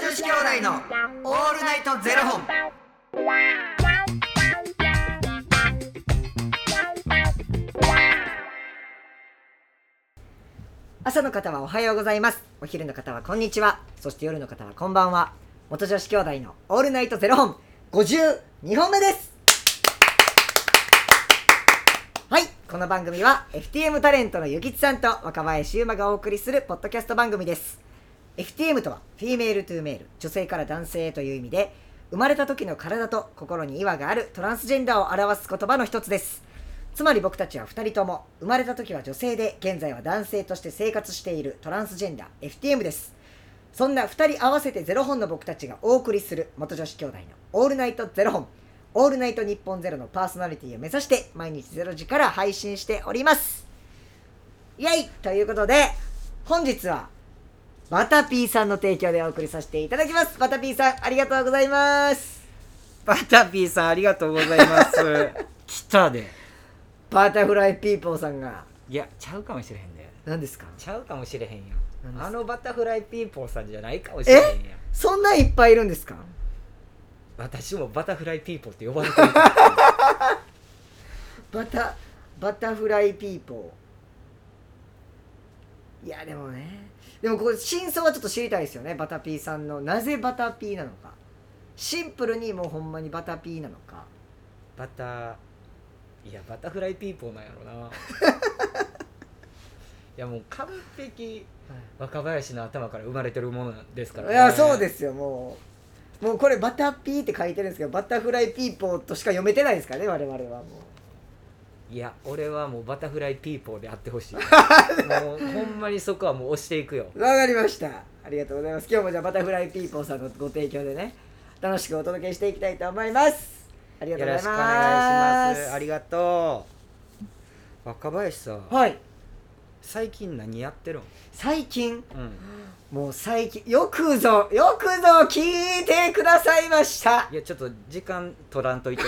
子兄弟のオールナイトゼロ本。朝の方はおはようございます。お昼の方はこんにちは。そして夜の方はこんばんは。元女子兄弟のオールナイトゼロ本52本目です。はい、この番組は FTM タレントのゆきちさんと若林優馬がお送りするポッドキャスト番組です。FTM とはフィメールトゥーメール、女性から男性へという意味で、生まれた時の体と心に違和があるトランスジェンダーを表す言葉の一つです。つまり僕たちは2人とも生まれた時は女性で現在は男性として生活しているトランスジェンダー FTM ですそんな2人合わせてゼロ本の僕たちがお送りする元女子兄弟の「オールナイトゼロ本」「オールナイト日本ゼロのパーソナリティを目指して毎日ゼロ時から配信しておりますイエイということで本日はバタピーさんの提供でお送りさせていただきますバタピーさんありがとうございますバタピーさんありがとうございます。 来たで。バタフライピーポーさんがいや、ちゃうかもしれへんで。何ですかちゃうかもしれへんよ何。ですかあのバタフライピーポーさんじゃないかもしれへんよ。そんないっぱいいるんですか私もバタフライピーポーって呼ばれ てる。バタバタフライピーポーいやでもねでもこれ真相はちょっと知りたいですよねバタピーさんのなぜバタピーなのかシンプルにもうほんまにバタピーなのかバタ、いや、バタフライピーポーなんや ろな。いや、もう完璧若林の頭から生まれてるものなんですから、。いやそうですすよもうもうこれバタピーって書いてるんですけどバタフライピーポーとしか読めてないですからね我々はもいや、俺はもうバタフライピーポーであって ほしい。もうほんまにそこはもう押していくよ。うわかりましたありがとうございます今日もじゃあバタフライピーポーさんのご提供でね楽しくお届けしていきたいと思いますありがとようござろいますしくお願いします。ありがとう。若林さ、はい最近何やってるん？最近うん。もう最近よくぞよくぞ聞いてくださいましたいやちょっと時間取らん といて。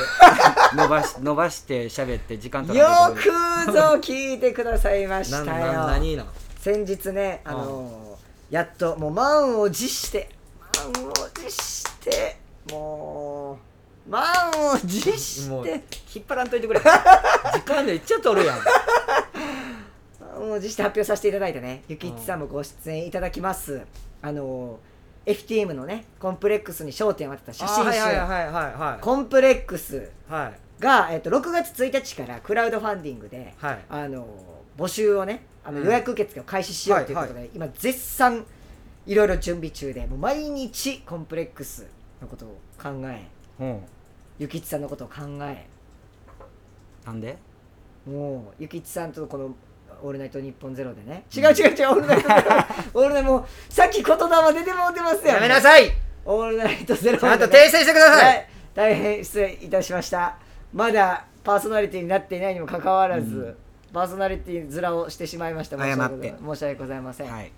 伸ばし伸ばして喋って時間取よらんといて。くぞ聞いてくださいましななたよ何なの？先日ねあのーやっともう満を持して満を持してもう満を持もしうて引っ張らんといてくれ。時間めっちゃ取るやん。満を持して発表させていただいてねゆきいちさんもご出演いただきますあのー FTM のねコンプレックスに焦点を当てた写真集、はいはいはいはいはコンプレックスいはいが、えっと、6月1日からクラウドファンディングで、はい。あの募集をねあのうん予約受付を開始しようということで、はい今絶賛いろいろ準備中でもう毎日コンプレックスのことを考えうん。ゆきちさんのことを考えなんで？もうゆきちさんとこの「オールナイトニッポンゼロでね違う違う違う「オールナイトゼロ」オールナイトもうさっき言霊出てもうてますよやめなさい。 「オールナイトゼロちゃんと訂正してくださ。はいい、大変失礼いたしましたまだパーソナリティになっていないにもかかわらず、うんパーソナリティ面をしてしまいました申し訳ござい謝って申し訳ございません、はい。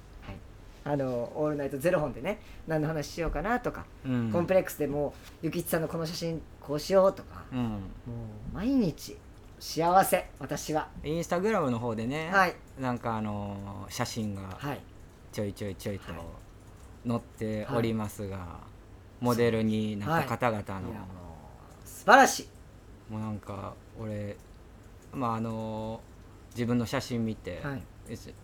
あの「オールナイトゼロ本」でね何の話しようかなとか、うんコンプレックスでもうゆきちさんのこの写真こうしようとか、うん。もう毎日幸せ私はインスタグラムの方でね。はいなんかあのー写真が。はいちょいちょいちょいとはい載っておりますが、モデルになった方々の、いやもう素晴らしいもうなんか俺まああの自分の写真見て、はい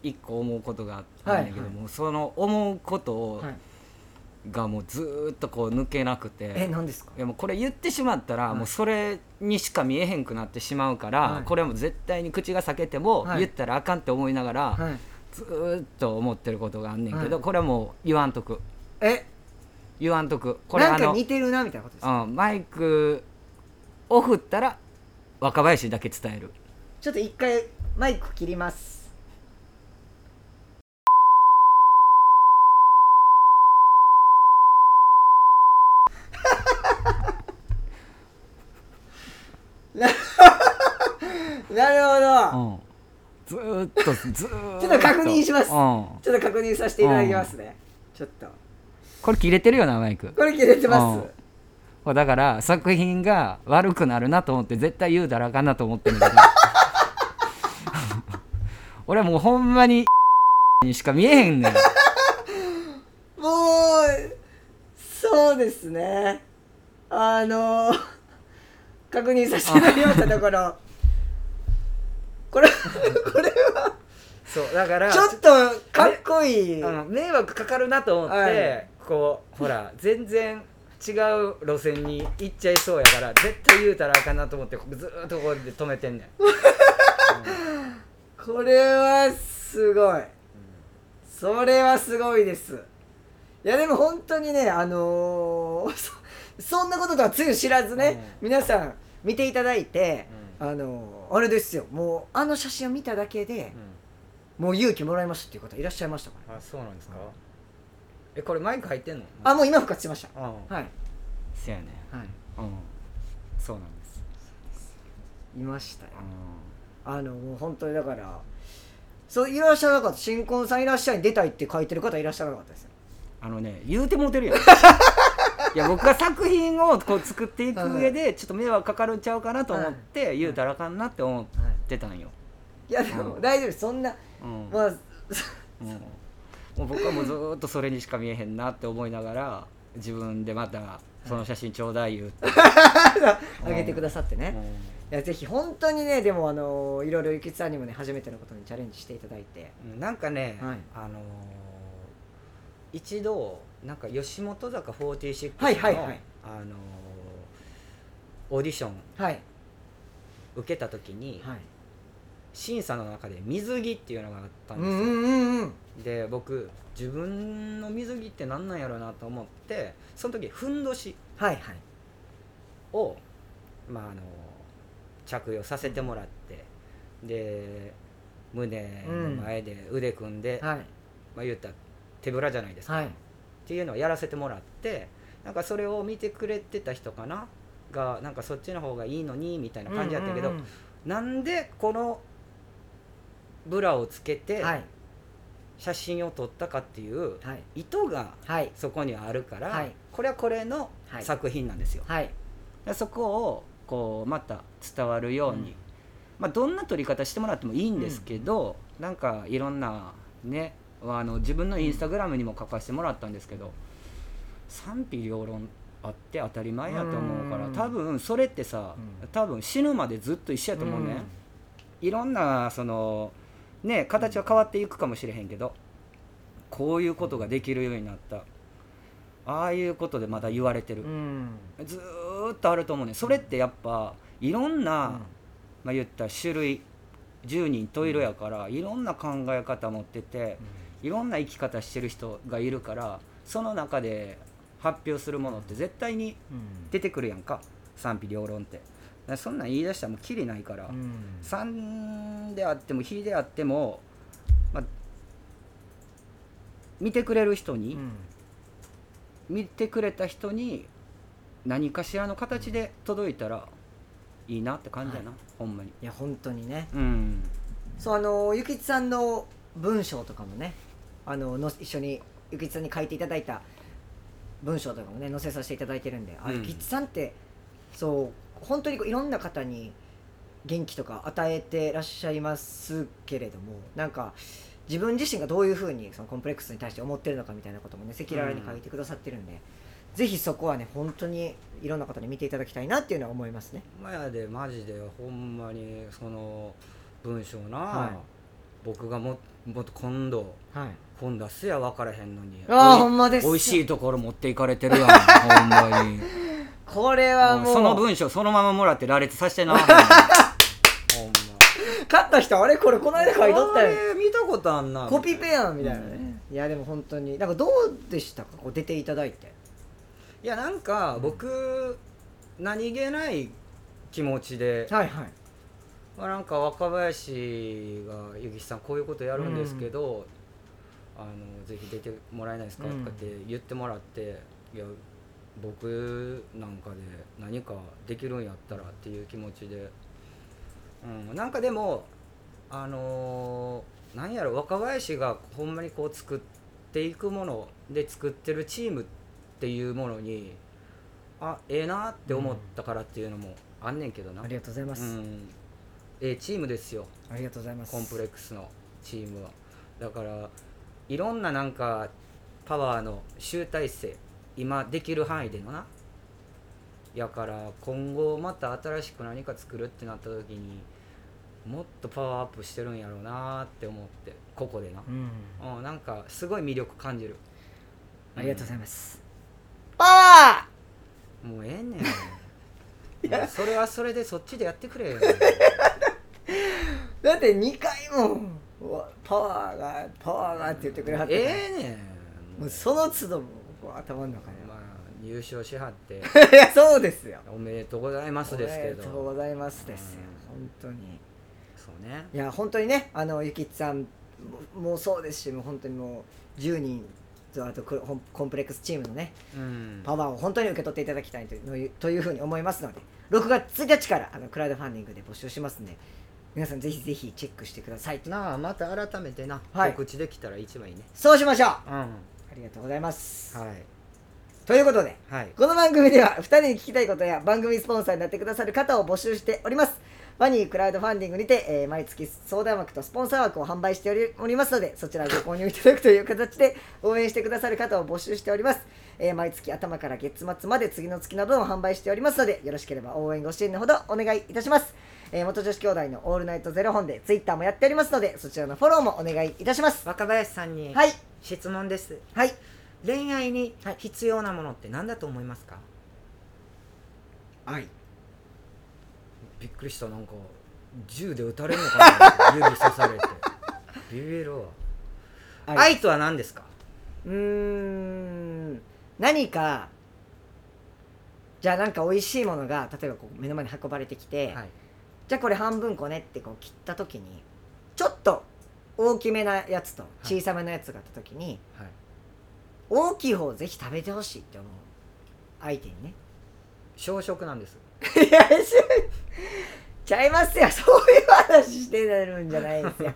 一個思うことがあったんだけど、はいはいもうその思うことを、はいがもうずーっとこう抜けなくえて。何ですかいやもうこれ言ってしまったら、はいもうそれにしか見えへんくなってしまうから、はいこれも絶対に口が裂けても、はい言ったらあかんって思いながら、はいずーっと思ってることがあんねんけど、はいこれはもう言わんとくえ言わんとくこれなんあかの似てるなみたいなことですかうん、マイクを振ったら若林だけ伝えるちょっと一回マイク切ります。 ななるほど。うんずーっとずーっとちょっと確認しますうん、ちょっと確認させていただきますね。ちょっと。これ切れてるよなマイクこれ切れてます。これだから作品が悪くなるなと思って絶対言うたらあかんなと思ってるん だけど俺もうほんまににしか見えへんねんもう、そうですねあの 確認させていただきましたところこれ これはそうだからちょっとかっこいい、あの迷惑かかるなと思って、はいこうほら全然違う路線に行っちゃいそうやから絶対言うたらあかんなと思ってずーっとこうやって止めてんねんこれはすごいそれはすごいですいやでも本当にねあのーそそんなこととはつゆ知らずね、皆さん見ていただいて、あのーあれですよもうあの写真を見ただけで、もう勇気もらいましたっていう方いらっしゃいましたから、あそうなんですかえこれマイク入ってんのあもう今復活しましたうんはい、そうやねはい、うんそうなんですいましたようあのもう本当にだからそういらっしゃらなかった新婚さんいらっしゃいに出たいって書いてる方いらっしゃらなかったですよんあのね言うてもうてる やんいや僕が作品をこう作っていく上でちょっと迷惑かかるんちゃうかなと思って言うたらあかんなって思ってたんよ、いやでもうん大丈夫ですそんな、うんまあもうもう僕はもうずーっとそれにしか見えへんなって思いながら自分でまたその写真ちょうだい言うて、あげてくださってね、いやぜひ本当にねでもあのいろいろゆきつさんにもね初めてのことにチャレンジしていただいてうんなんかね、はいあのー一度なんか吉本坂46の、はいはいはいあのーオーディションはい受けた時に、はい審査の中で水着っていうのがあったんうですんよ、うんうんうんで僕自分の水着って何なんやろうなと思ってその時ふんどしはいはいを、まあ、あの着用させてもらって、で胸の前で腕組んで、はいまあ、言ったら手ぶらじゃないですか、はいっていうのをやらせてもらってなんかそれを見てくれてた人かながなんかそっちの方がいいのにみたいな感じやったけど、うんうんなんでこのブラをつけうてんはい写真を撮ったかっていうはい意図がはいそこにはあるから、はいこれはこれのはい作品なんですよ。はいでそこをこうまた伝わるように、うんまあ、どんな撮り方してもらってもいいんですけど、なんかいろんなねあの自分のインスタグラムにも書かせてもらったんですけど、賛否両論あって当たり前やと思うからうん多分それってさ、うん多分死ぬまでずっと一緒やと思うね、うんいろんなそのね形は変わっていくかもしれへんけどこういうことができるようになったああいうことでまだ言われてるう、んずーっとあると思うねそれってやっぱいろんな、まあ、言ったら種類10人十色やからいろんな考え方持ってていろんな生き方してる人がいるからその中で発表するものって絶対にうん出てくるやんか賛否両論ってだからそんなん言い出したらもうキリないから、うん3であっても比であっても、まあ、見てくれる人に、うん見てくれた人に何かしらの形で届いたらいいなって感じやな、ほんまにいや本当にねうんそうあのゆきちさんの文章とかもねあのの一緒にゆきちさんに書いていただいた文章とかもね載せさせていただいてるんで、あうんゆきちさんってそう本当にこういろんな方に元気とか与えてらっしゃいますけれどもなんか自分自身がどういうふうにそのコンプレックスに対して思ってるのかみたいなこともね赤裸々に書いてくださってるんで、ぜひそこはね本当にいろんな方に見ていただきたいなっていうのは思いますね。今やでマジでほんまにその文章な、はい僕がももっと今度はい、今度はすや分からへんのにああおいほんまです美味しいところ持っていかれてるやん ほんまにこれはうんもうその文章そのままもらって羅列させてな ほんま勝った人あれこれこの間書いとったよあれ見たことあんなコピペやんみみたたいいななねね、いやでも本当になんかどうでしたかこう出ていただいていやなんか僕何気ない気持ちで、はいはいまあ、なんか若林が「ゆきさんこういうことやるんですけど、あのぜひ出てもらえないですか?」うとんかって言ってもらって「いや僕なんかで何かできるんやったら」っていう気持ちで、うん、なんかでもあのーなんやろ若林がほんまにこう作っていくもので作ってるチームっていうものにあええなって思ったからっていうのもあんねんけどな。ありがとうございます、うん、ええチームですよありがとうございますコンプレックスのチームはだからいろんななんかパワーの集大成今できる範囲でのなやから今後また新しく何か作るってなった時にもっとパワーアップしてるんやろうなって思ってここでな、うんうん、なんかすごい魅力感じるありがとうございいますパワますもうええ ねんもうそれはそれでそっちでやっ てくれよーだって2回もうわパワーがパワーがって言ってくれはったからええねんもうその都度もう頭の中に、まあ優勝しはっ て いやそうですよおめでとうございますですけおめでとうごどざいますですよ本当にそうねいや本当にねあのゆきっさんももうそうですしもう本当にもう10人とあとコンコンプレックスチームのねうんパワーを本当に受け取っていただきたいというというふうに思いますので6月1日からあのクラウドファンディングで募集しますんで皆さんぜひぜひチェックしてくださいとなあまた改めてな、はい告知できたら一番いいねそうしましょうあうんはりがとうございます、いということではいこの番組では2人に聞きたいことや番組スポンサーになってくださる方を募集しておりますファニークラウドファンディングにて、えー毎月相談枠とスポンサー枠を販売しておりおりますのでそちらをご購入いただくという形で応援してくださる方を募集しております、えー毎月頭から月末まで次の月の分を販売しておりますのでよろしければ応援ご支援のほどお願いいたします、えー元女子兄弟のオールナイトゼロ本でツイッターもやっておりますのでそちらのフォローもお願いいたします若林さんにはい質問です、はい恋愛に必要なものって何だと思いますか、はいびっくりしたなんか銃で撃たれるのかな指刺さ れてビビるわ愛とは何ですかうーん何かじゃあなんか美味しいものが例えばこう目の前に運ばれてきて、はいじゃあこれ半分こねってこう切った時にちょっと大きめなやつとい小さめのやつがあった時に、はい大きい方をぜひ食べてほしいって思う相手に ね小食なんですいやしちゃいますよそういう話してるんじゃないです よ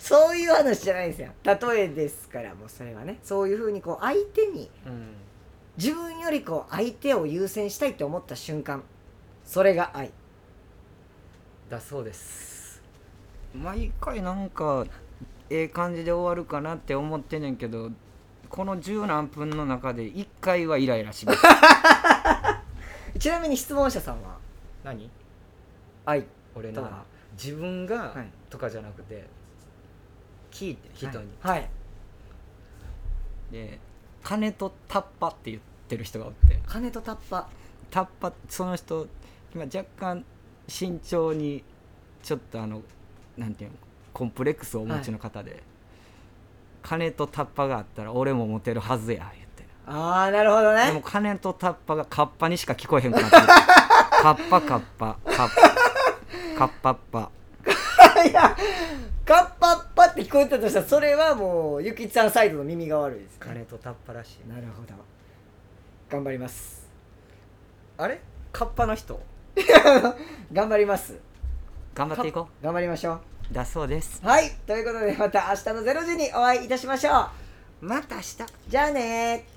そういう話じゃないですよ例えですからもうそれはねそういうふうにこう相手にうん自分よりこう相手を優先したいと思った瞬間それが愛だそうです毎回なんかええ感じで終わるかなって思ってんねんけどこの十何分の中で1回はイライラしますちなみに質問者さんは 何愛俺どうなだ自分が、はいとかじゃなくて聞いて人に、はい、はいで金とタッパって言ってる人がおって金とタッパタッパその人今若干慎重にちょっとあのなんていうのコンプレックスをお持ちの方で、金とタッパがあったら俺もモテるはずや言ってああなるほどでもね金とタッパがカッパにしか聞こえへんくなって るカッパカッパカッパカッパッパいやカッパッパって聞こえてたとしたらそれはもうゆきちゃんサイドの耳が悪いですねとタッパらしいなるほど頑張りますあれカッパの人頑張ります頑張っていこ頑張りましょうだそうですうはいということでまた明日の0時にお会いいたしましょうまた明日じゃあねー